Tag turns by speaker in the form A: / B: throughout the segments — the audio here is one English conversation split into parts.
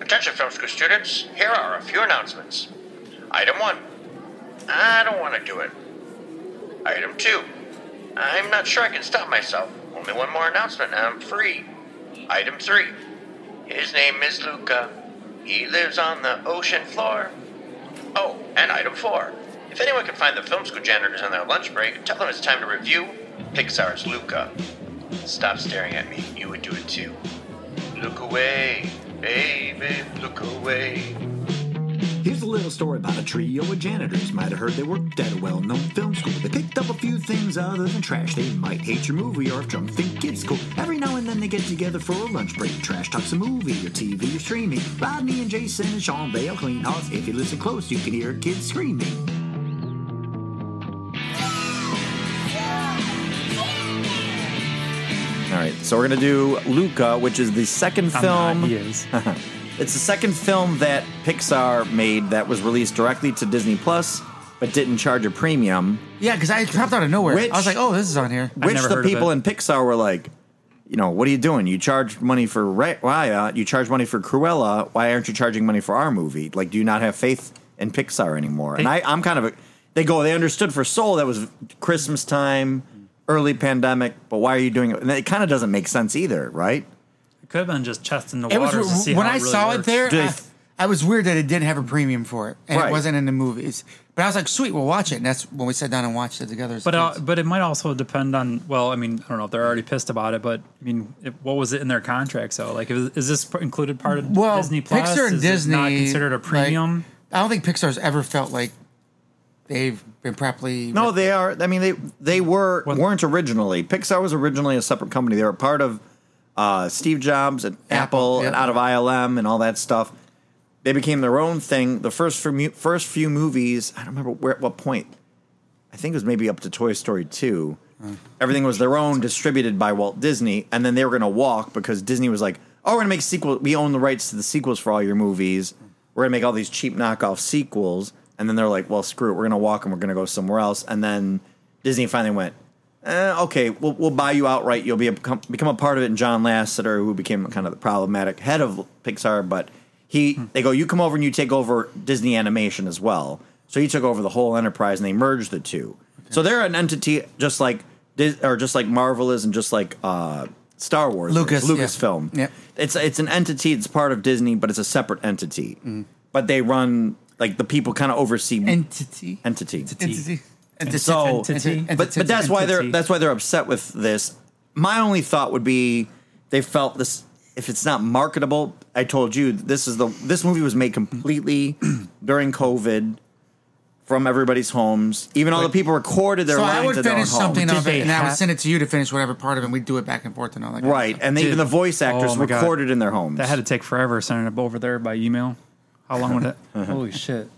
A: Attention, film school students. Here are a few announcements. Item one. I don't want to do it. Item two. I'm not sure I can stop myself. Only one more announcement. and I'm free. Item three. His name is Luca. He lives on the ocean floor. Oh, and item four. If anyone can find the film school janitors on their lunch break, tell them it's time to review Pixar's Luca. Stop staring at me. You would do it too. Look away, baby, look away.
B: Here's a little story about a trio of janitors. Might have heard they worked at a well known film school. They picked up a few things other than trash. They might hate your movie or if drunk think it's cool. Every now and then they get together for a lunch break. Trash talks a movie or TV or streaming. Rodney and Jason and Sean, they are clean house. If you listen close, you can hear kids screaming.
C: All right, so we're gonna do Luca, which is the 2nd
D: I'm
C: film.
D: not, he is.
C: It's the second film that Pixar made that was released directly to Disney Plus, but didn't charge a premium.
E: Yeah, because I dropped out of nowhere.
C: Which-
E: I was like, oh, this is on here.
C: Which
D: never
C: the
D: heard of
C: people
D: it.
C: in Pixar were like, you know, what are you doing? You charge money for Ra- Raya, you charge money for Cruella. Why aren't you charging money for our movie? Like, do you not have faith in Pixar anymore? And I, I'm kind of, a, they go, they understood for Soul that was Christmas time, early pandemic, but why are you doing it? And it kind of doesn't make sense either, right?
D: It could have been just testing the
E: It was
D: waters to see
E: when
D: how
E: I
D: it really
E: saw it
D: works.
E: there.
C: Did
E: I,
C: they-
E: I was weird that it didn't have a premium for it, and
C: Right.
E: it wasn't in the movies. But I was like, sweet, we'll watch it. And that's when we sat down and watched it together. as
D: But uh,
E: kids.
D: but it might also depend on well, I mean, I don't know if they're already pissed about it, but I mean, if, what was it in their contract? So like, is, is this included part of
E: well,
D: Disney Plus?
E: Pixar and
D: is
E: Disney
D: it not considered a
E: like,
D: premium.
E: I don't think Pixar's ever felt like they've been properly.
C: No, they are. I mean, they they were
D: Well-
C: weren't originally. Pixar was originally a separate company. They were part of uh, Steve Jobs and Apple,
E: Apple,
C: and
E: yeah.
C: out of ILM and all that stuff. They became their own thing. The first few, mu- first few movies, I don't remember where at what point. I think it was maybe up to Toy Story two. Everything was their own, distributed by Walt Disney, and then they were going to walk because Disney was like, "Oh, we're going to make sequel. We own the rights to the sequels for all your movies. We're going to make all these cheap knockoff sequels." And then they're like, "Well, screw it. We're going to walk, and we're going to go somewhere else." And then Disney finally went, eh, "Okay, we'll, we'll buy you outright. You'll be a, become, become a part of it." And John Lasseter, who became kind of the problematic head of Pixar, but he they go, "You come over and you take over Disney Animation as well." So he took over the whole enterprise, and they merged the two. So they're an entity just like Dis- or just like Marvel is, and just like uh, Star Wars, is,
E: Lucas, yeah.
C: Lucasfilm.
E: Yep.
C: It's it's an entity. It's part of Disney, but it's a separate entity.
E: Mm-hmm.
C: But they run like the people kind of oversee
E: entity.
C: entity.
E: Entity. Entity.
C: So-
E: Entity.
C: But but that's why they're
D: entity.
C: that's why they're upset with this. My only thought would be they felt this if it's not marketable. I told you this is the this movie was made completely during COVID from everybody's homes. Even all the people recorded their
E: So I
C: lines
E: would
C: at their own
E: finish
C: homes.
E: something
D: Did
E: of it,
D: they
E: and I would
D: have-
E: send it to you to finish whatever part of it. and We'd do it back and forth and all that. kind of
C: Right,
E: stuff.
C: and they, even the voice actors
D: Oh my God.
C: recorded in their homes.
D: That had to take forever sending it over there by email. How long would it?
C: Uh-huh.
D: Holy shit!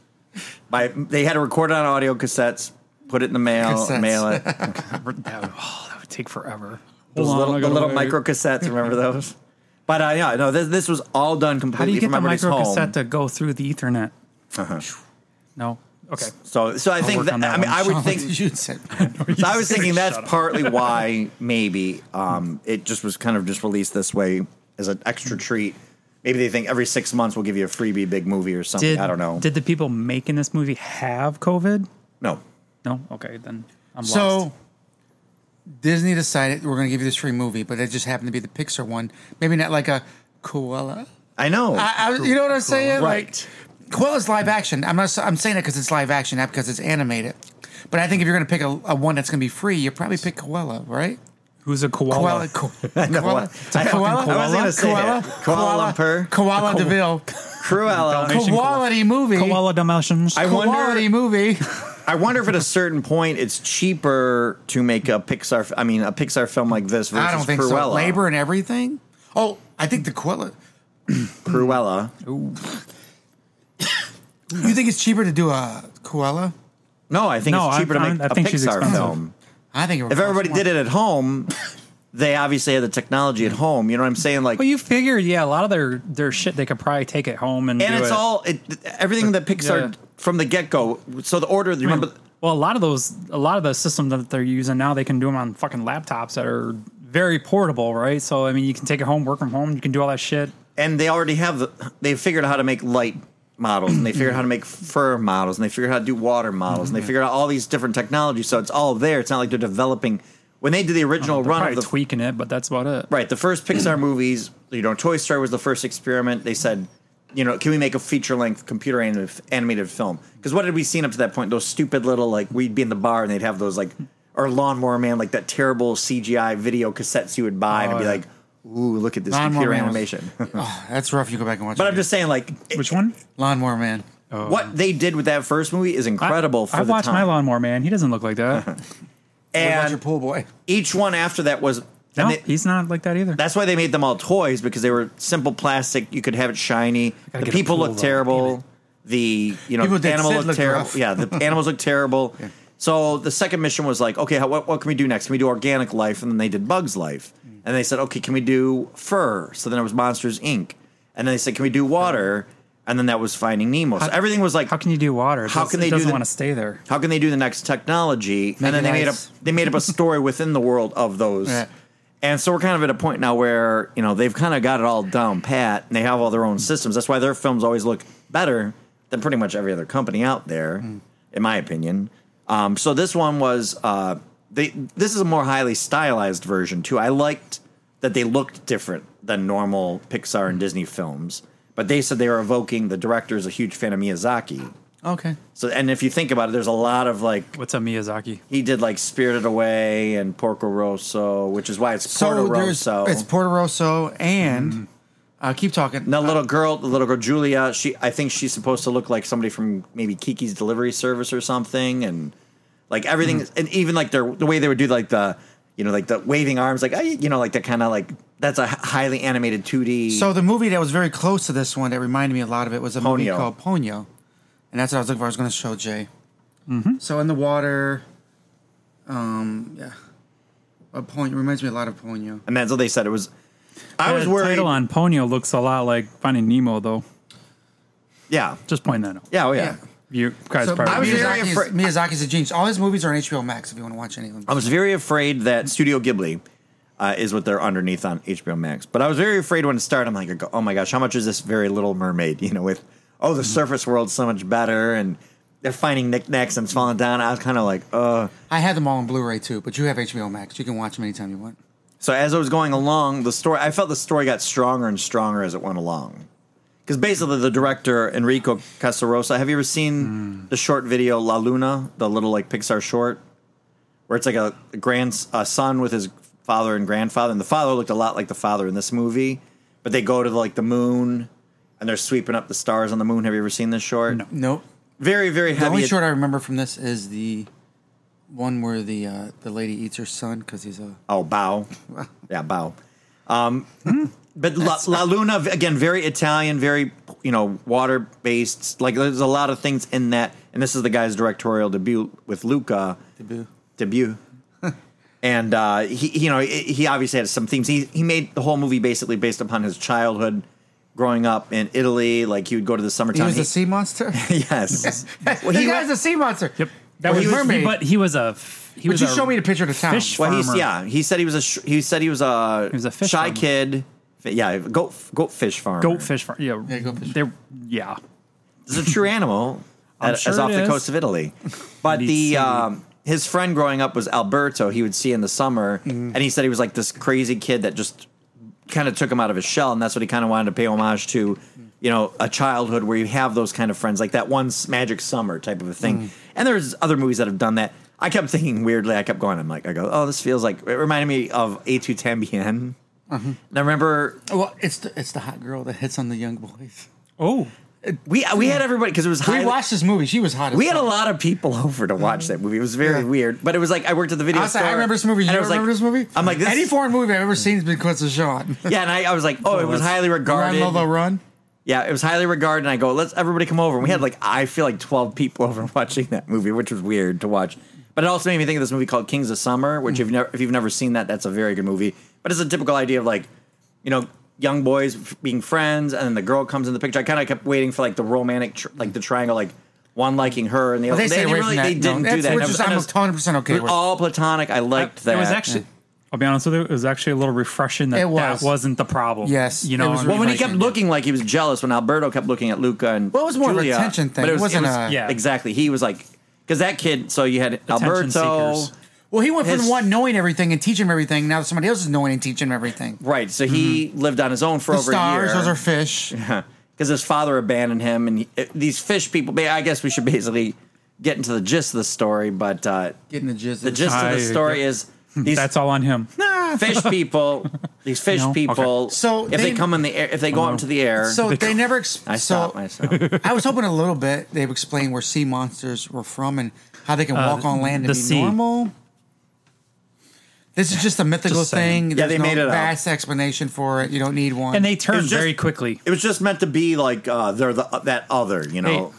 C: By, they had to record it on audio cassettes, put it in the mail,
E: Cassettes.
C: mail it.
D: That would, oh, that would take forever.
C: Those
D: Hold on,
C: little,
D: I
C: the
D: gotta
C: little
D: wait.
C: micro cassettes, remember those? But uh, yeah, no, this, this was all done completely
D: How do you get
C: from
D: the
C: everybody's
D: micro
C: home. Uh-huh.
D: cassette to go through the Ethernet? No. Okay.
C: So, so I think
D: work
C: that,
D: on that
C: I mean,
D: one.
C: I would
E: Sean,
C: think.
E: you said
C: So I was thinking that's
D: Shut up.
C: partly why maybe um, it just was kind of just released this way as an extra treat. Maybe they think every six months we'll give you a freebie big movie or something.
D: Did
C: I don't know.
D: Did the people making this movie have COVID?
C: no,
D: No. Okay, then I'm lost.
E: so. Disney decided we're going to give you this free movie, but it just happened to be the Pixar one. Maybe not like a koala.
C: I know.
E: I, I, you know what I'm saying?
C: Right.
E: Like, Koala's live action. I'm not. I'm saying it because it's live action, not because it's animated. But I think if you're going to pick a, a one that's going to be free, you probably pick Koala, right?
D: Who's a
E: Koala.
D: koala?
E: Ko-
C: I know.
E: Koala.
C: I, I,
E: Koala.
C: I wasn't going to say
E: Koala.
C: that. Kuala Lumpur.
E: Koala Deville.
C: Cruella.
D: Dalmatian
E: Quality movie.
D: Koala dimensions.
C: I wonder-
E: Quality movie.
C: I wonder if at a certain point it's cheaper to make a Pixar. I mean, a Pixar film like this versus
E: I don't think
C: Cruella.
E: so. Labor and everything. Oh, I think the Quilla.
C: Cruella.
E: You think it's cheaper to do a Koala?
C: No, I think
D: No,
C: it's
D: I'm-
C: cheaper to
D: I'm-
C: make
D: I
C: a
D: think she's
C: Pixar
D: expensive.
C: film.
E: I think it would
C: If
E: cost
C: everybody
E: more.
C: did it at home, they obviously had the technology at home. You know what I'm saying? Like,
D: Well, you figure, yeah, a lot of their their shit they could probably take it home and
C: and
D: do
C: it's
D: it.
C: all it, everything that Pixar
D: Yeah.
C: from the get go. So the order, you remember?
D: Well, a lot of those, a lot of the systems that they're using now, they can do them on fucking laptops that are very portable, right? So I mean, you can take it home, work from home, you can do all that shit.
C: and they already have the, they figured out how to make light models and they figured out how to make fur models and they figured out how to do water models
D: Mm-hmm.
C: and they figured out all these different technologies so it's all there it's not like they're developing when they did the original
D: Oh, They're
C: run
D: probably
C: of the
D: tweaking it, but that's about it.
C: right the first pixar movies you know toy story was the first experiment they said you know can we make a feature length computer anim- animated film because what had we seen up to that point those stupid little like we'd be in the bar and they'd have those like or lawnmower man like that terrible cgi video cassettes you would buy and it'd be
D: Oh, yeah.
C: like ooh look at this
E: Lawnmower
C: computer
E: Man was-
C: animation
E: Oh, that's rough. You go back and watch.
C: but
E: it.
C: i'm just saying like
D: Which one?
E: lawnmower man.
C: what they did with that first movie is incredible
D: I,
C: for
D: I
C: the
D: watched
C: time.
D: my lawnmower man. He doesn't look like that.
E: What about your
C: and
E: pool boy?
C: each one after that was
D: no,
C: and they-
D: he's not like that either.
C: That's why they made them all toys because they were simple plastic. You could have it shiny. The
D: gotta get a
C: people
D: pool,
C: looked
D: though. Damn
C: terrible. The you know
E: People that
C: animal
E: said
C: looked
E: looked
C: terrible.
E: rough.
C: Yeah, the animals looked terrible. So the second mission was like, okay, how, what, what can we do next? Can we do organic life? And then they did Bugs Life,
D: Mm.
C: and they said, okay, can we do fur? So then it was Monsters Inc. And then they said, can we do water? And then that was Finding Nemo. So everything was like,
D: How can you do water? It
C: How
D: does-
C: can
D: it
C: they do
D: doesn't
C: the-
D: want to stay there?
C: how can they do the next technology?
E: Make
C: and then
E: it
C: they made up
E: nice.
C: they made up a story within the world of those.
E: Yeah.
C: And so we're kind of at a point now where you know they've kind of got it all down pat, and they have all their own systems. That's why their films always look better than pretty much every other company out there,
E: Mm.
C: in my opinion. Um, so this one was uh, they. This is a more highly stylized version too. I liked that they looked different than normal Pixar
E: Mm.
C: and Disney films, but they said they were evoking the director's a huge fan of Miyazaki.
E: Okay.
C: So, and if you think about it, there's a lot of like
D: What's a Miyazaki?
C: he did like Spirited Away and Porco Rosso, which is why it's Porto
E: So there's
C: Rosso.
E: it's Porto Rosso and
C: Mm-hmm.
E: uh, keep talking.
C: the little girl, the little girl Julia, she I think she's supposed to look like somebody from maybe Kiki's Delivery Service or something, and like everything, and even like their the way they would do like the you know like the waving arms, like I, you know like that kind of like that's a highly animated 2D.
E: So the movie that was very close to this one that reminded me a lot of it was a movie
C: Ponyo.
E: called Ponyo, and that's what I was looking for. I was going to show Jay. So in the water, um, yeah, a Ponyo reminds me a lot of Ponyo.
C: and that's what they said it was. I
D: The
C: was worried.
D: Title on Ponyo looks a lot like Finding Nemo, though.
C: Yeah,
D: Just point that out.
C: yeah, oh,
E: Yeah.
C: yeah.
D: You guys
E: So
D: probably.
C: I was
E: Miyazaki's,
C: very afraid-
E: Miyazaki's a genius. All his movies are on HBO Max if you want to watch any of them.
C: I was very afraid that Studio Ghibli uh, is what they're underneath on HBO Max. But I was very afraid when it started. I'm like, oh my gosh, how much is this very Little Mermaid? You know, with oh the surface world's so much better, and they're finding knickknacks and it's falling down. I was kind of like, uh.
E: I had them all on Blu-ray too, but you have HBO Max. You can watch them anytime you want.
C: So as I was going along, the story, I felt the story got stronger and stronger as it went along. Because basically, the director Enrico Casarosa. Have you ever seen
E: Hmm.
C: the short video La Luna, the little like Pixar short, where it's like a grand a son with his father and grandfather, and the father looked a lot like the father in this movie, but they go to like the moon and they're sweeping up the stars on the moon. Have you ever seen this short? No.
E: Nope.
C: Very very
E: The
C: heavy.
E: only short I remember from this is the one where the uh, the lady eats her son because he's a
C: Oh, bow. yeah, bow. Um, but La, La Luna again, very Italian, very you know water based. Like there's a lot of things in that, and this is the guy's directorial debut with Luca
E: debut.
C: debut. and uh, he, he, you know, he- he obviously had some themes. He he made the whole movie basically based upon his childhood, growing up in Italy. Like he would go to the
E: He
C: summertime.
E: was a sea monster.
C: yes.
E: the
C: he
E: guy's
C: wa-
E: a sea monster.
D: Yep. That
E: Well,
D: was
E: he was-
D: mermaid, but he was a. f- He
E: Would
D: was
E: you
D: a
E: show me the picture of the town?
D: Fish
C: Well, he's
D: farmer.
C: yeah. He said he was a sh- he said he was a,
D: was a fish
C: shy
D: farmer.
C: kid. F- Yeah, goat goat fish farmer.
D: Goat fish farm. Yeah.
E: Yeah, goat fish
D: They're, yeah.
C: It's a true animal.
D: I'm
C: that-
D: sure
C: that's off
D: it
C: the
D: is.
C: coast of Italy. But
D: Indeed.
C: the um, his friend growing up was Alberto. He would see in the summer,
D: Mm-hmm.
C: and he said he was like this crazy kid that just kind of took him out of his shell, and that's what he kind of wanted to pay homage to.
D: Mm-hmm.
C: You know, a childhood where you have those kind of friends, like that one s- Magic Summer type of a thing.
D: Mm-hmm.
C: And there's other movies that have done that. I kept thinking weirdly. I kept going. I'm like, I go, oh, this feels like it reminded me of A2 Tambien.
D: Mm-hmm.
C: And I remember
E: Well, it's the, it's the hot girl that hits on the young boys.
D: Oh.
C: we we had everybody because it was
E: We
C: highly-
E: watched this movie. She was hot. As
C: We had a
E: fuck.
C: lot of people over to watch that movie. It was very
E: Mm-hmm. Yeah.
C: weird, but it was like I worked at the video
E: I, was like,
C: store.
E: I remember this movie. You
C: and I
E: don't
C: was
E: remember
C: like-
E: this movie?
C: I'm like this.
E: any foreign movie I've ever seen has been because of Sean.
C: yeah, and I, I was like, oh, it was
D: that's-
C: highly
E: Run,
C: regarded.
E: Lobo, run.
C: Yeah, it was highly regarded. And I go, let's everybody come over. And we
E: Mm-hmm.
C: had like I feel like 12 people over watching that movie, which was weird to watch. But it also made me think of this movie called Kings of Summer,
E: Mm.
C: which if you've never, if you've never seen that, that's a very good movie. But it's a typical idea of like, you know, young boys f- being friends, and then the girl comes in the picture. I kind of kept waiting for like the romantic, tr- like the triangle, like one liking her and the
E: But
C: other.
E: they stayed away
C: didn't
E: from that.
C: They
E: No,
C: didn't do
E: that's-
C: that.
E: which
C: And I
E: is-
C: and I
E: I'm 100% okay
C: It was
E: with.
C: all platonic. I liked that.
D: It was actually. I'll be honest with you, it was actually a little refreshing that
E: It was.
D: that wasn't the problem.
E: Yes,
D: you
E: it
D: know,
E: was
D: and-
E: really
C: Well, when he kept
E: Right.
C: looking like he was jealous, when Alberto kept looking at Luca and
E: Well, it was more of a
C: Julia,
E: tension thing.
C: But
E: It
C: it, was,
E: wasn't
C: was-
E: a-
D: Yeah.
C: exactly. He was like because that kid. So you had
D: Attention
C: Alberto,
D: seekers.
E: Well, he went from
C: His-
E: one knowing everything and teaching him everything. Now somebody else is knowing and teaching him everything.
C: right? So he
D: Mm-hmm.
C: lived on his own for
E: The
C: over
E: stars,
C: a year.
E: those are fish.
C: because his father abandoned him, and he, it- these fish people. I guess we should basically get into the gist of the story, but uh,
E: Getting the gist.
C: the
E: of-
C: gist of
D: I-
C: the story is these
D: that's all on him.
C: fish people. These fish
D: No?
C: people.
D: Okay. Oh,
E: So
C: if they,
E: they-
C: come in the air, if they go out into the air,
E: So
D: They-
E: they never. Ex-
C: I
E: so
C: stopped myself.
E: I was hoping a little bit they would explain where sea monsters were from and how they can walk on land and
D: Uh, the
E: be
D: sea.
E: normal. This is just a mythical
D: Just saying.
E: thing.
C: Yeah, they
E: There's no
C: made it up.
E: vast explanation for it. You don't need one.
D: And they
C: It
D: turned
C: was just-
D: very quickly.
C: It was just meant to be like uh, they're the that other, you
D: They-
C: know.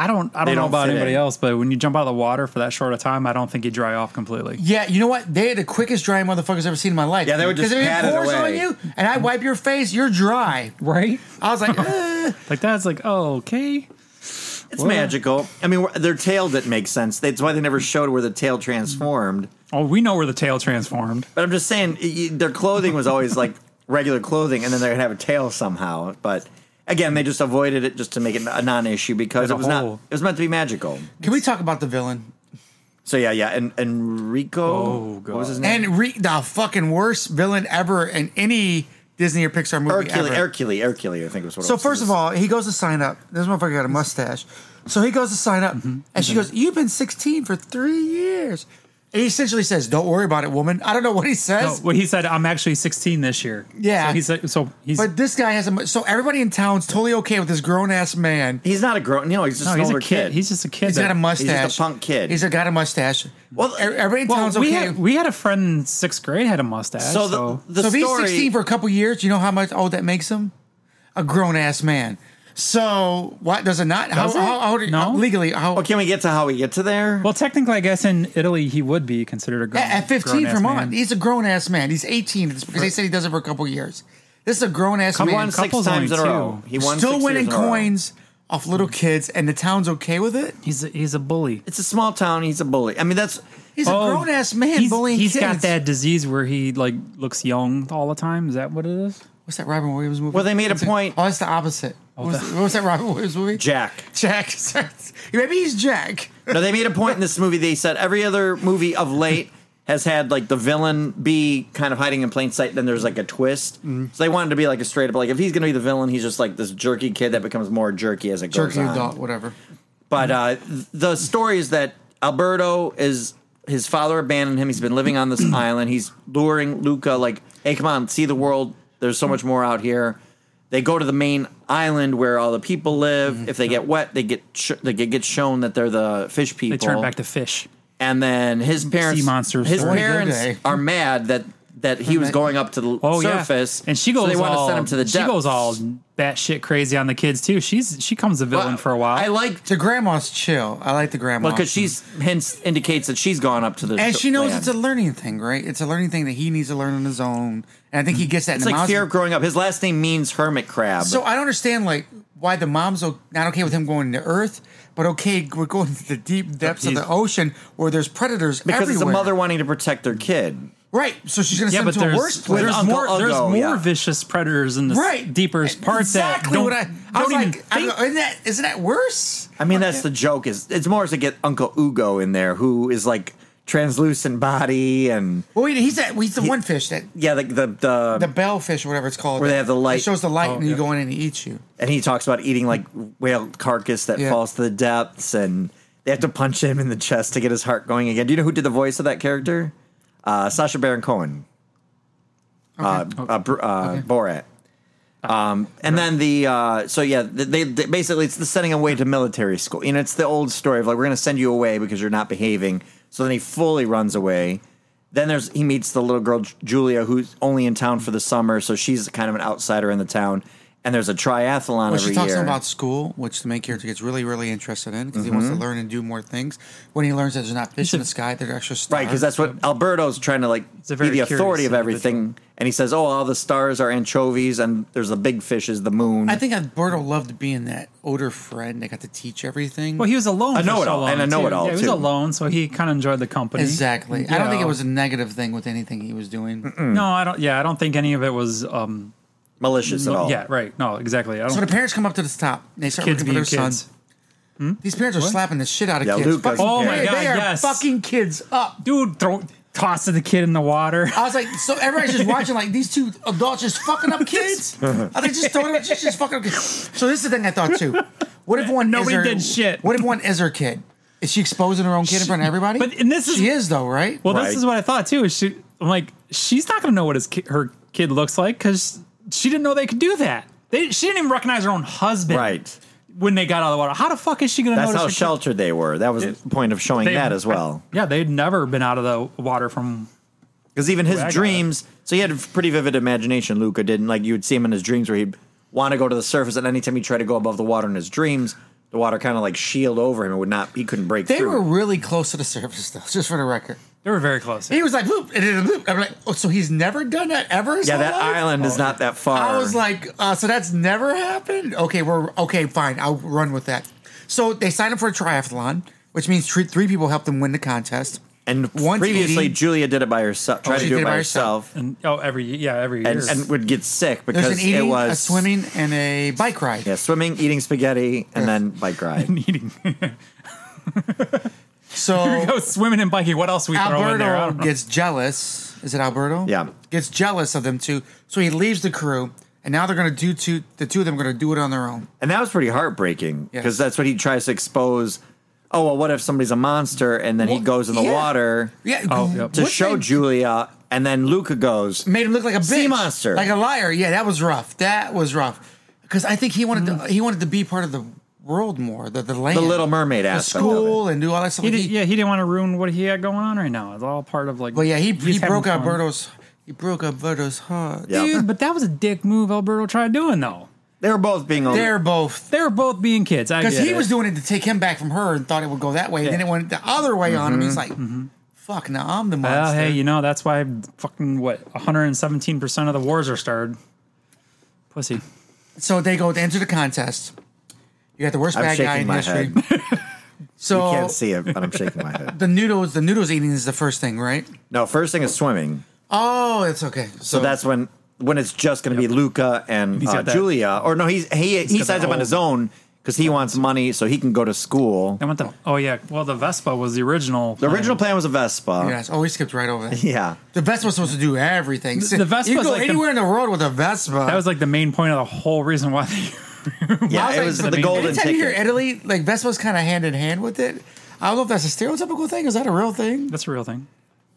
D: I don't. I don't
C: They
D: know
C: don't
D: about
C: fit
D: anybody
C: in.
D: else, but when you jump out of the water for that short a time, I don't think you dry off completely.
E: Yeah, you know what? They are the quickest drying motherfuckers I've ever seen in my life.
C: Yeah, they would just
E: if
C: pat it
E: it pours
C: away.
E: on you and I wipe your face, you're dry.
D: Right?
E: I was like, "Ugh."
D: Like that's like oh, okay.
C: It's magical. I mean, wh- their tail didn't make sense. That's why they never showed where the tail transformed.
D: Oh, we know where the tail transformed.
C: But I'm just saying, y- y- their clothing was always like regular clothing, and then they'd have a tail somehow. But again, they just avoided it just to make it a non-issue because
D: There's a
C: it was not.
D: hole.
C: It was meant to be magical.
E: can we talk about the villain?
C: So yeah, yeah, and Enrico.
D: Oh,
C: What was his name?
E: And re- the fucking worst villain ever in any Disney or Pixar movie
C: Hercule,
E: ever.
C: Hercule, Hercule, I think was what. it
E: So
C: was.
E: first of all, he goes to sign up. This motherfucker got a mustache. So he goes to sign up, and she goes, "You've been 16 for three years." And he essentially says, "Don't worry about it, woman." I don't know what he
D: No,
E: says,
D: what he said, I'm actually 16 this year.
E: Yeah.
D: So he's like, so he's
E: but this guy has a. mu- So everybody in town's totally okay with this grown ass man.
C: he's not a grown. You know, he's just
D: no,
C: an
D: he's
C: older
D: a kid. He's just a kid.
E: He's
D: that-
E: got a mustache.
C: just a punk kid.
E: He's got a mustache.
C: Well,
E: Well, everybody in
D: Well,
E: town's
D: we
E: okay.
D: had we had a friend in sixth grade had a mustache. So,
C: so the, the
E: so if he's
C: story.
E: 16 for a couple years, you know how much old that makes him? A grown ass man. So what does it not?
D: Does
E: how,
D: it?
E: how, how, do-
D: No.
E: Uh, legally? How
C: well, Oh, can we get to how we get to there?
D: well, technically, I guess in Italy he would be considered a grown
E: at, at 15
D: grown-ass
E: Vermont?
D: man.
E: He's a grown ass man. He's 18 It's because they said he does it for a couple years. This is a grown ass
C: He
E: man.
C: won six
D: couples
C: times in
D: only
C: a row.
D: two.
C: He won
E: still
C: six
E: winning
C: years in a row. Hmm.
E: coins off little kids, and the town's okay with it.
D: He's a, he's a bully.
C: It's a small town. He's a bully. I mean, that's
E: He's a
C: Oh,
E: grown ass man
D: Oh, He's,
E: bullying
D: he's
E: kids.
D: got that disease where he like looks young all the time. Is that what it is?
E: What's that Robin Williams movie?
C: Well, they made a
E: It's
C: point-
E: Oh, that's the opposite. what, was
D: the-
E: the- what was that Robin Williams movie?
C: Jack.
E: Jack. Maybe he's Jack.
C: No, they made a point in this movie. They said every other movie of late has had like the villain be kind of hiding in plain sight. Then there's like a twist.
E: Mm-hmm.
C: So they wanted to be like a straight up like if he's going to be the villain, he's just like this jerky kid that becomes more jerky as it goes
E: Jerky
C: on.
E: adult, whatever.
C: But uh, th- the story is that Alberto is his father abandoned him. He's been living on this island. He's luring Luca like, "Hey, come on, see the world. There's so much more out here." They go to the main island where all the people live.
D: Mm-hmm.
C: If they get wet, they get sh- they get get shown that they're the fish people.
D: They turn back to fish.
C: and then his parents
D: monsters.
C: His
D: Boy,
E: did
C: parents
E: they.
C: are mad that that he was going up to the
D: Oh
C: surface.
D: yeah, and she goes.
C: So they want
D: all,
C: to send him to the
D: She
C: depths.
D: goes all batshit crazy on the kids too. She's she comes a villain for a while.
C: I like
E: The grandma's chill. I like the grandma.
C: Well, because she's hints indicates that she's gone up to the
E: and
C: sh-
E: she knows
C: land.
E: it's a learning thing, right? It's a learning thing that he needs to learn on his own. And I think he gets that
C: It's
E: in the
C: like
E: mom's
C: fear of growing up. His last name means hermit crab.
E: So I don't understand like why the mom's o- not okay with him going to Earth, but okay we're going to the deep depths of the ocean where there's predators
C: because
E: everywhere.
C: it's a mother wanting to protect their kid.
E: right? So she's gonna
D: yeah,
E: send
D: but
E: him to a
D: there's,
E: worse place.
D: there's
C: Uncle
D: more there's
C: Uggo,
D: more
C: Oh, yeah. E,
D: vicious predators in the s-
E: right
D: deeper parts
E: Exactly
D: that don't,
E: what I, I was
D: don't even
E: like. I
D: think
E: don't know, isn't that isn't that worse?
C: I mean, that's the joke. Is it's more as to get Uncle Ugo in there, who is like translucent body and
E: Well, wait, he's that he's the one fish that
C: yeah, the the, the,
E: the bellfish or whatever it's called.
C: Where they have the light.
E: It shows the light
D: Oh,
E: and you
D: yeah.
E: go in and it eats you.
C: and he talks about eating like whale carcass that
E: Yeah.
C: falls to the depths, and they have to punch him in the chest to get his heart going again. Do you know who did the voice of that character? Uh, Sasha Baron Cohen. uh, uh, Br- uh, Borat. Um, and then the uh, so yeah, th- they, they basically it's the sending away to military school. You know, it's the old story of like we're going to send you away because you're not behaving. So then he fully runs away. Then there's he meets the little girl J- Julia who's only in town for the summer, so she's kind of an outsider in the town. and there's a triathlon
E: Well,
C: every
E: she talks
C: year.
E: about school, which the main character gets really, really interested in because he wants to
C: Mm-hmm.
E: learn and do more things. When he learns that there's not fish in the sky, they're extra stars.
C: Right, because that's what Alberto's trying to like
D: a
C: be
D: very
C: the authority
D: curious
C: of everything. And he says, "Oh, all the stars are anchovies, and there's the big fish is the moon."
E: I think Alberto loved being that older friend that got to teach everything.
D: Well, he was alone.
C: I
D: for
C: know
D: so
C: it all,
D: long,
C: and I know
D: too.
C: it all,
D: Yeah, he was
C: too.
D: alone, so he kind of enjoyed the company.
E: exactly.
D: You
E: I don't think it
D: know.
E: was a negative thing with anything he was doing.
D: Hmm.
C: hmm.
D: No, I don't. Yeah, I don't think any of it was. um
C: malicious at all.
D: Yeah, right. No, exactly. I
E: So
D: don't.
E: the parents come up to the top. and They start
D: kids
E: looking for
D: being
E: their
D: kids.
E: son. These parents are slapping the shit out of
C: Yeah,
E: kids.
C: Luke
E: Fucking-
C: doesn't
D: Oh my
E: they-
D: God,
E: they are
D: yes.
E: fucking kids up.
D: Dude, throw tossing the kid in the water.
E: I was like, so everybody's just watching like these two adults just fucking up kids. Are they just throwing them? Just, just fucking up kids. So this is the thing I thought too. What if one
D: Nobody
E: is her,
D: did shit.
E: What if one is her kid? Is she exposing her own kid in front of everybody?
D: but- and this is-
E: she is though, right?
D: Well,
C: Right.
D: this is what I thought too. is She, I'm like, she's not gonna know what his ki- her kid looks like because she didn't know they could do that. They, she didn't even recognize her own husband
C: Right.
D: when they got out of the water. How the fuck is she gonna?
C: That's
D: notice
C: how
D: her kid-
C: sheltered they were. That was the point of showing
D: they-
C: that as well.
D: Yeah, they'd never been out of the water from.
C: Because even his
D: I got it.
C: dreams, so he had a pretty vivid imagination. Luca didn't like you would see him in his dreams where he'd want to go to the surface, and anytime he tried to go above the water in his dreams, the water kind of like shield over him and would not. He couldn't break
E: They
C: through.
E: were really close to the surface though, just for the record.
D: They were very close.
E: He was like, boop, and then boop. I'm like, oh, so he's never done that ever? his
C: yeah,
E: whole
C: that
E: life?
C: island
D: Oh,
C: is not that far.
E: I was like, uh, so that's never happened. Okay, we're okay. Fine, I'll run with that. So they signed up for a triathlon, which means three, three people helped them win the contest.
C: and
E: Once
C: previously
E: eating-
C: Julia did it by herself. Tried
E: she
C: to do
E: did
C: it by herself,
D: and oh, every yeah, every year.
C: and, and would get sick
E: There's
C: because
E: an eating,
C: it was
E: a swimming, and a bike ride.
C: Yeah, swimming, eating spaghetti, and
E: Yes.
C: then bike ride.
D: eating.
E: So
D: Go Oh, swimming and biking. What else we throw in there?
E: Alberto
D: I don't know.
E: gets jealous. Is it Alberto?
C: Yeah.
E: gets jealous of them too. So he leaves the crew, and now they're going to do two. The two of them are going to do it on their own.
C: And that was pretty heartbreaking
E: Yeah.
C: because that's what he tries to expose. Oh well, what if somebody's a monster and then he
E: Well,
C: goes in the
E: yeah.
C: water
E: Yeah,
D: Oh, yep.
C: to
E: what
C: show
E: they
C: Julia, and then Luca goes.
E: made him look like a bitch.
C: Sea monster.
E: like a liar. Yeah, that was rough. That was rough because I think he wanted to, he wanted to be part of the world more, the the land,
C: Mm. The Little Mermaid
E: the
C: aspect of it.
E: school, and do all that stuff.
D: He
E: Like,
D: did,
E: he-
D: yeah, he didn't want to ruin what he had going on right now. It's all part of like.
E: But yeah, he
D: he's
E: he
D: having
E: broke
D: fun.
E: Alberto's he broke Alberto's heart.
C: Yeah.
D: Dude, but that was a dick move Alberto tried doing though.
C: They were both being old.
E: They're both
D: They were both being kids. I
E: because
D: get
E: he
D: it.
E: was doing it to take him back from her and thought it would go that way, and then it went the other way on him. He's like, "Fuck, now I'm the monster."
D: Mm-hmm. Well, hey, you know that's why fucking what 117 percent of the wars are started. Pussy.
E: So they go to enter the contest. You got the worst
C: I'm
E: bad guy
C: shaking
E: in
C: my
E: history. Oh.
C: you
E: so
C: can't see it, but I'm shaking my head.
E: the noodles, the noodles eating is the first thing, right?
C: No, first thing is swimming.
E: Oh, it's okay.
C: So that's when when it's just going to be Luca and
D: He's
C: uh,
D: got that-
C: Julia, or no, he's he he signs
D: got that
C: up on
D: whole-
C: his own because he wants money so he can go to school.
D: I want the. Oh yeah. Well, the Vespa was the original.
C: The original plan was a Vespa.
E: Yes, oh, we skipped right over that.
C: Yeah.
E: The Vespa's supposed to do everything.
D: The- the Vespa's
E: you can go
D: like the-
E: anywhere in the world with a Vespa.
D: That was like the main point of the whole reason why. They,
C: Yeah,
E: was
C: it
E: like,
C: was
E: but
C: the
D: the
C: golden
E: Anytime you hear
C: ticket.
E: Italy, like Vespa's kind of hand in hand with it. I don't know if that's a stereotypical thing. Is that a real thing?
D: that's a real thing.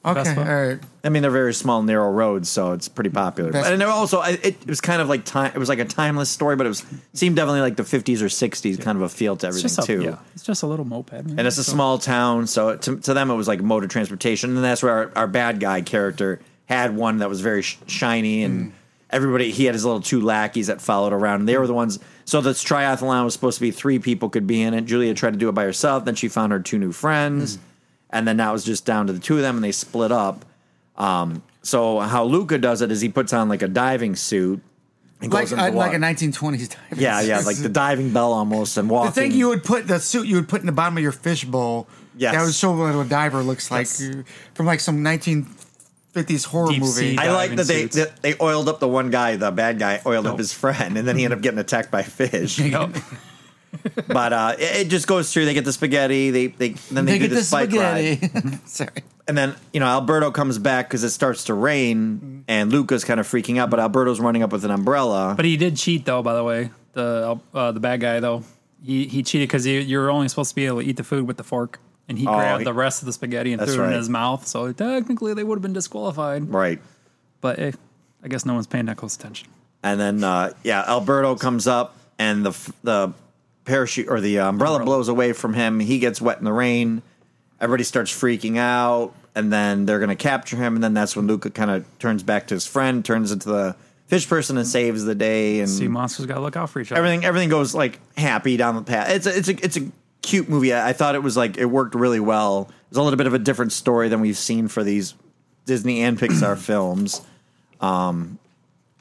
E: Okay,
D: Vespa.
E: all right.
C: I mean, they're very small, narrow roads, so it's pretty popular.
E: Best-
C: And they're also, I- it, it was kind of like time. It was like a timeless story, but it was seemed definitely like the '50s or '60s, kind of a feel to
D: It's
C: everything
D: just a,
C: too.
D: yeah, it's just a little moped. man.
C: And it's a small town, so to, to them it was like mode of transportation, and that's where our, our bad guy character had one that was very sh- shiny,
E: Mm.
C: and everybody he had his little two lackeys that followed around, and they were the ones. So this triathlon was supposed to be three people could be in it. Julia tried to do it by herself, then she found her two new friends,
E: Mm.
C: and then now it was just down to the two of them, and they split up. Um, so how Luca does it is he puts on like a diving suit and
E: Like,
C: goes into
E: uh,
C: the
E: like
C: water.
E: a 1920s type.
C: yeah, yeah, like the diving bell almost, and
E: The
C: walking.
E: thing you would put the suit you would put in the bottom of your fishbowl.
C: Yes.
E: that would show what a diver looks like You- from like some 1950s horror
D: Deep
E: movie.
D: sea.
E: I-
C: I like
D: diving
C: that they,
D: suits.
C: that they oiled up the one guy, the bad guy, oiled up his friend, and then he ended up getting attacked by fish.
D: Yep.
C: but uh, it, it just goes through. They get the spaghetti. They they then they,
E: They
C: do
E: get the
C: this bike ride,
E: spaghetti. Sorry.
C: and then you know Alberto comes back because it starts to rain, and Luca's kind of freaking out, but Alberto's running up with an umbrella.
D: But he did cheat, though. By the way, the uh, the bad guy though, he he cheated because you're only supposed to be able to eat the food with the fork, and he grabbed
C: Oh, he-
D: the rest of the spaghetti and
C: That's
D: threw it
C: right.
D: in his mouth. So technically, they would have been disqualified.
C: right,
D: But hey, I guess no one's paying that close attention.
C: and then uh, yeah, Alberto comes up, and the f- the parachute or the umbrella, blows away from him. He gets wet in the rain. Everybody starts freaking out, and then they're going to capture him. And then that's when Luca kind of turns back to his friend, turns into the fish person and saves the day and
D: Sea monsters got to look out for each other.
C: Mm. everything everything goes like happy down the path. It's a, it's a it's a cute movie. I, I thought it was like it worked really well. It's a little bit of a different story than we've seen for these Disney and Pixar films. Um,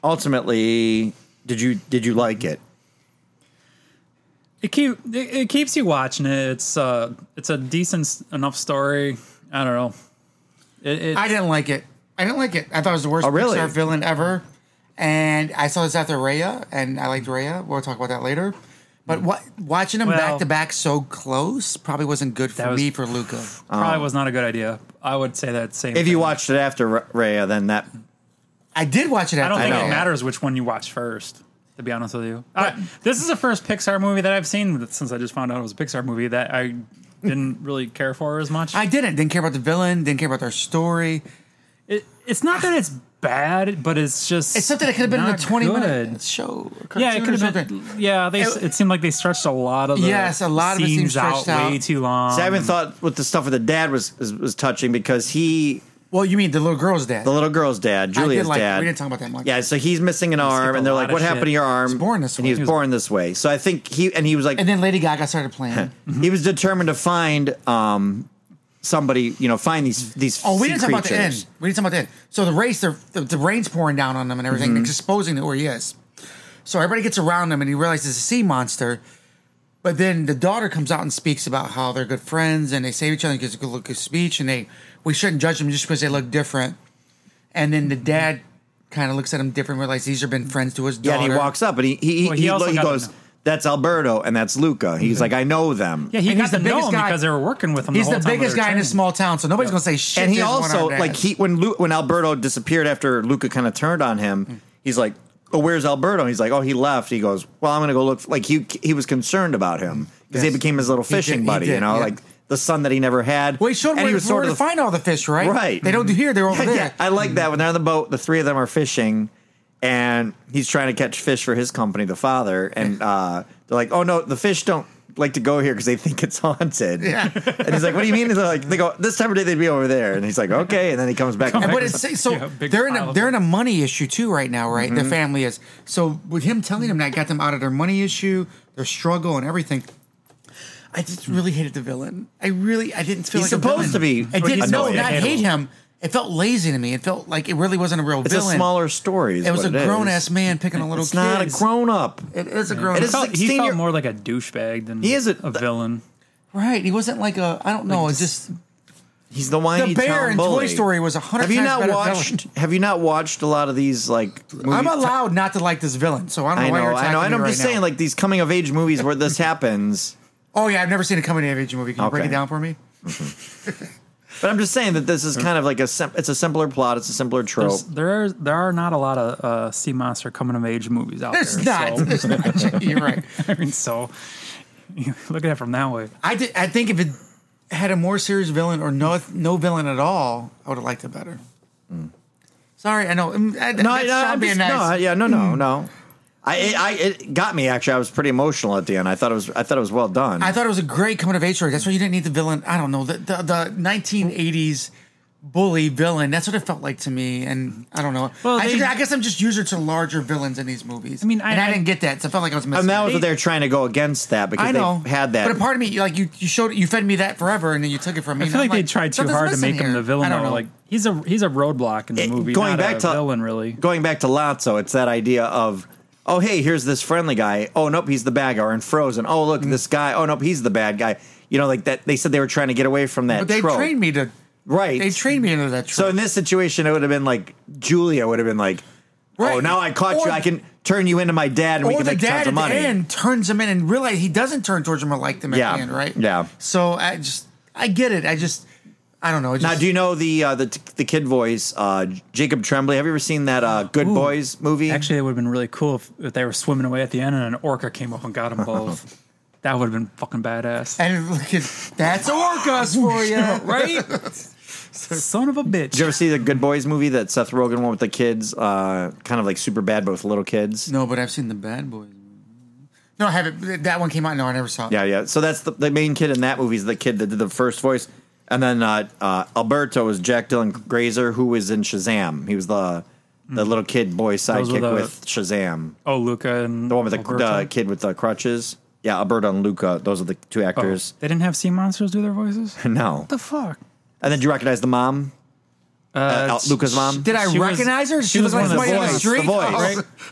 C: ultimately, did you did you like it?
D: It keep it, it keeps you watching it. It's uh it's a decent s- enough story. I don't know. It, it,
E: I didn't like it. I didn't like it. I thought it was the worst
C: Oh, really?
E: Pixar villain ever. And I saw this after Raya, and I liked Raya. We'll talk about that later. But what, watching them
D: Hmm. Well-
E: back to back so close probably wasn't good for
D: That was-
E: me for Luca.
D: probably was not a good idea. I would say that same.
C: Um, If you
D: thing.
C: watched it after Re- Raya, then that
E: I did watch it. After
D: I don't think
C: know.
D: it matters which one you watch first. To be honest with you, I, this is the first Pixar movie that I've seen that- since I just found out it was a Pixar movie that I didn't really care for as much.
E: I didn't. Didn't care about the villain. Didn't care about their story.
D: it, it's not that it's bad, but it's just
E: It's something that could have been in a
D: not
E: twenty
D: good.
E: minute show. or
D: Yeah,
E: cartoon
D: it
E: or
D: could have
E: something.
D: been. Yeah, they, it,
E: It-
D: seemed like they stretched a lot of the
E: Yes, a lot of it seemed
D: scenes out,
E: stretched out.
D: way too long.
C: See, I
E: Um,
C: even thought with the stuff with the dad was was, was touching because he
E: Well, you mean the little girl's dad?
C: the little girl's dad,
E: I
C: Julia's
E: did like,
C: dad.
E: We didn't talk about that much.
C: Yeah, so he's missing an arm,
D: a
C: and they're
D: lot
C: like,
D: of
C: "What happened
D: shit.
C: to your arm?"
E: He was born this
C: and
E: way.
C: he was born this way. So I think he and he was like,
E: And then Lady Gaga started playing.
C: he was determined to find um somebody you know find these these
E: Oh, we
C: sea
E: didn't talk about the
C: creatures.
E: end. We didn't talk about the end. So the race, the, the, the rain's pouring down on them and everything,
C: Mm-hmm.
E: and exposing who he is. So everybody gets around him, and he realizes it's a sea monster. But then the daughter comes out and speaks about how they're good friends, and they save each other, and gives a good look of speech, and they we shouldn't judge them just because they look different. And then the dad kind of looks at him different, realizes these have been friends to his
C: yeah
E: daughter.
C: and he walks up and he he,
D: Well,
C: he,
D: he
C: he,
D: also
C: he
D: got
C: goes
D: to know.
C: that's alberto and that's luca he's
E: Mm-hmm.
C: like i know them
D: yeah, he
E: And
D: got
E: he's
D: to
E: the
D: know
E: biggest
D: him
E: guy-
D: because they were working with him.
E: He's
D: the,
E: the,
D: whole time
E: biggest
D: they were
E: guy in a
D: training.
E: small town, so nobody's gonna say shit.
C: and he
E: to this one
C: also
E: armed
C: like
E: ass.
C: he when Lu- when alberto disappeared after luca kind of turned on
E: Mm.
C: him he's like oh where's alberto he's like oh he left he goes well i'm gonna go look for-" like he he was concerned about him because
E: Yes.
C: they became his little
E: He did-
C: fishing
E: he
C: buddy you
E: did,
C: know
E: yeah.
C: like the son that he never had
E: Well, he showed him
C: and
E: where,
C: he was sort
E: where
C: of
E: to
C: the-
E: find all the fish, right?
C: Right.
E: They don't do here; they're over there.
C: Yeah, I like that when they're on the boat. The three of them are fishing, and he's trying to catch fish for his company, the father. And uh, they're like, "Oh no, the fish don't like to go here because they think it's haunted."
E: Yeah.
C: and he's like, "What do you mean?" And they're like, "They go this time of day they'd be over there." And he's like, "Okay." And then he comes back.
E: And but it's so
D: Yeah, big
E: they're in
D: pile
E: a
D: of
E: they're in a money issue too right now, right?
C: Mm-hmm.
E: The family is so with him telling them that got them out of their money issue, their struggle, and everything. I just really hated the villain. I really I didn't feel
C: Mm. He's
E: like a
C: supposed
E: villain.
C: to be
E: I didn't no,
C: annoying.
E: not hate him. It felt lazy to me. It felt like it really wasn't a real
C: it's a
E: villain.
C: smaller story. is
E: it was
C: what
E: a
C: is.
E: grown ass man picking a little
C: It's
E: kid.
C: not a grown up.
E: It is a grown.
C: It
D: He
C: is-
E: up
D: felt, he
C: 16
D: felt
C: year-
D: more like a douchebag than
C: He is a-
D: villain.
E: right. He wasn't like a I don't know.
D: Like
E: it's just
C: He's the whiny
E: The bear
C: town
E: in Toy
C: bully.
E: Story was 100
C: Have you
E: times
C: not
E: better
C: watched?
E: villain.
C: Have you not watched a lot of these like? Movie
E: I'm allowed not to like this villain, so I don't know,
C: I
E: why
C: know, I
E: you're
C: know,
E: attacking
C: I know.
E: me
C: I'm
E: right
C: just
E: now.
C: saying, like these coming of age movies where this happens.
E: oh yeah, I've never seen a coming of age movie. Can you break
C: Okay.
E: it down for me?
C: But I'm just saying that this is kind of like a sim- it's a simpler plot, it's a simpler trope.
D: There's, there, are, there are not a lot of uh, sea monster coming of age movies out
E: There's
D: there.
E: not.
D: So,
E: There's not. You're right.
D: I mean, so you look at it from that way.
E: I did, I think if it had a more serious villain or no no villain at all, I would have liked it better. Hmm. Sorry, I know. mm, I,
C: no,
E: that's
C: no,
E: Sean
C: I'm
E: being
C: just,
E: nice. Mm.
C: no, yeah, no, no, no. I, it, I, it got me actually. I was pretty emotional at the end. I thought it was, I thought it was well done.
E: I thought it was a great coming of age story. That's why you didn't need the villain. I don't know the the, the 1980s bully villain. That's what it felt like to me. And I don't know.
D: Well,
E: I,
D: they-
E: think- I guess I'm just user to larger villains in these movies. I
D: mean, I-
E: and I,
D: I-
E: didn't get that, so I felt like I was missing.
C: and that was
E: it.
C: what they're trying to go against that because
E: I know
C: they had that.
E: but a part of me, like you, you showed, you fed me that forever, and then you took it from me.
D: I
E: and
D: feel
E: I'm
D: like, they tried too
E: something's
D: hard to
E: missing
D: make him
E: here.
D: the villain.
E: I don't
D: though.
E: know.
D: Like he's a he's a roadblock in the
C: It-
D: movie.
C: going
D: not
C: back
D: a
C: to
D: villain, really.
C: Going back to Lotso, it's that idea of oh hey, here's this friendly guy. Oh nope, he's the bad guy. Or in Frozen, oh look,
E: Mm.
C: this guy. Oh nope, he's the bad guy. You know, like that. They said they were trying to get away from that.
E: But they
C: trope.
E: trained me to.
C: right?
E: They trained me into that. Trope.
C: So in this situation, it would have been like Julia would have been like, "Oh,
E: Right.
C: now I caught
E: Or-
C: you. I can turn you into my dad, and we
E: or
C: can
E: the
C: make
E: dad
C: tons
E: at
C: of money."
E: the end turns him in and realize he doesn't turn towards him or like them
C: Yeah.
E: at the end, right?
C: Yeah.
E: So I just, I get it. I just, I don't know. It
C: Now,
E: just-
C: do you know the uh, the the kid voice, uh, Jacob Tremblay? Have you ever seen that uh, Good Boys movie?
D: Actually, it would have been really cool if, if they were swimming away at the end and an orca came up and got them both. that would have been fucking badass,
E: And look at that's orcas for you.
D: right? Son of a bitch.
C: did you ever see the Good Boys movie that Seth Rogen one with the kids, uh, kind of like super bad, both little kids?
E: No, but I've seen the Bad Boys. No, I haven't. That one came out. No, I never saw it.
C: Yeah, yeah. So that's the, the main kid in that movie is the kid that did the first voice, and then uh, uh, Alberto is Jack Dylan Grazer, who was in Shazam. He was the
E: Hmm.
C: the little kid boy
D: were
C: sidekick
D: the-
C: with Shazam,
D: Oh, Luca and
C: the one with the, the kid with the crutches. Yeah, Alberto and Luca. Those are the two actors.
D: They didn't have sea monsters do their voices.
E: Oh.
D: what
C: No,
D: the fuck?
C: and then do you recognize the mom, uh, Al- Luca's mom?
E: Did I
D: She was-
E: recognize her?
D: she
E: She,
D: was
E: was, like
D: one of the
E: somebody on
C: voice,
E: the street.
C: the voice.
E: I was-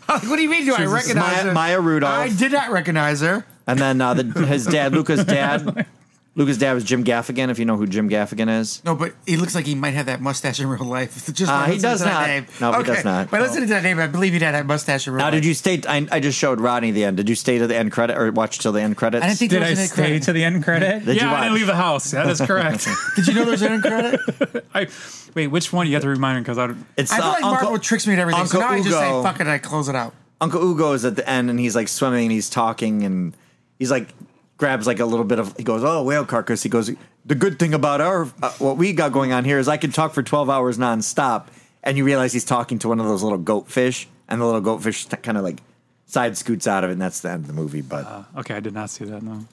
E: I was like, what do you mean? Do I
D: was
E: recognize
C: Maya-
E: her?
C: Maya Rudolph.
E: I did not recognize her.
C: And then uh, the, his dad, Luca's dad. Luca's dad was Jim Gaffigan. If you know who Jim Gaffigan is,
E: No, but he looks like he might have that mustache in real life. Just by
C: Uh, he
E: listening
C: does
E: to that
C: not.
E: Name.
C: No, he does not.
E: By listening to that name, I believe he'd had that mustache in real
C: now
E: life.
C: did you stay? I, I just showed Rodney the end. Did you stay to the end credit or watch till the end credits?
E: I didn't think
D: Did
E: there
D: I
E: was an end
D: stay
E: credit.
D: to the end credit?
C: Did you
D: yeah, I didn't
C: watch?
D: leave the house. That is correct.
E: Did you know there was an end credit?
D: I, wait, which one? You have to remind me because I don't.
C: It's
E: I feel
C: uh,
E: like
C: Uncle,
E: Marvel tricks me to everything, so
C: Uncle
E: now I just say
C: Ugo.
E: fuck it and I close it out.
C: Uncle Ugo is at the end and he's like swimming and he's talking and he's like grabs like a little bit of he goes oh whale carcass he goes the good thing about our uh, what we got going on here is I can talk for 12 hours nonstop and you realize he's talking to one of those little goat fish and the little goat fish kind of like side scoots out of it and that's the end of the movie
E: Uh,
C: but
D: uh, Okay, I did not see that. No.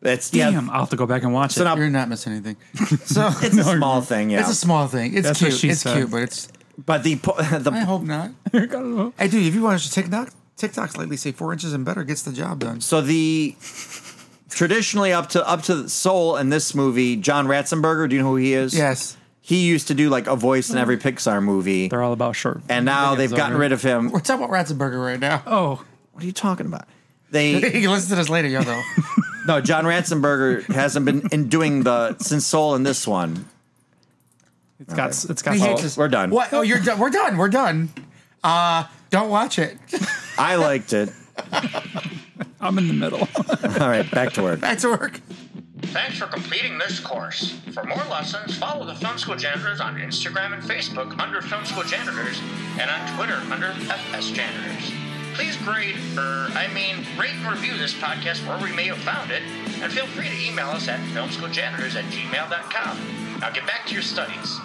C: that's yeah
D: Damn, I'll have to go back and watch
C: so
D: it.
C: now
E: You're not missing anything. So
C: it's a small thing yeah
E: it's a small thing. It's
D: That's what
E: cute.
D: she
E: It's
D: said.
E: cute, but it's.
C: but the po-
E: I
C: the
E: hope not.
D: I don't know.
E: Hey, dude, if you want to TikTok, TikTok's lately say four inches and better gets the job done.
C: so the traditionally up to up to Soul in this movie John Ratzenberger do you know who he is
E: Yes.
C: he used to do like a voice in every Pixar movie.
D: They're all about short.
C: and now they've
D: videos,
C: gotten
D: right?
C: rid of him.
E: We're talking about Ratzenberger right now.
D: Oh,
C: What are you talking about?
E: you
C: They
E: can listen to this later, y'all know.
C: no John Ratzenberger hasn't been in doing the since Soul in this one.
D: it's got it's got.
E: He hates
D: Oh,
E: us.
C: we're done.
E: What? Oh, you're done. We're done. We're done. Uh, don't watch it.
C: I liked it.
D: I'm in the middle.
C: All right, back to work.
E: Back to work.
A: Thanks for completing this course. For more lessons, follow the Film School Janitors on Instagram and Facebook under Film School Janitors and on Twitter under FS Janitors. Please grade, er, I mean, rate and review this podcast wherever you may have found it, and feel free to email us at filmschooljanitors at gmail.com. Now get back to your studies.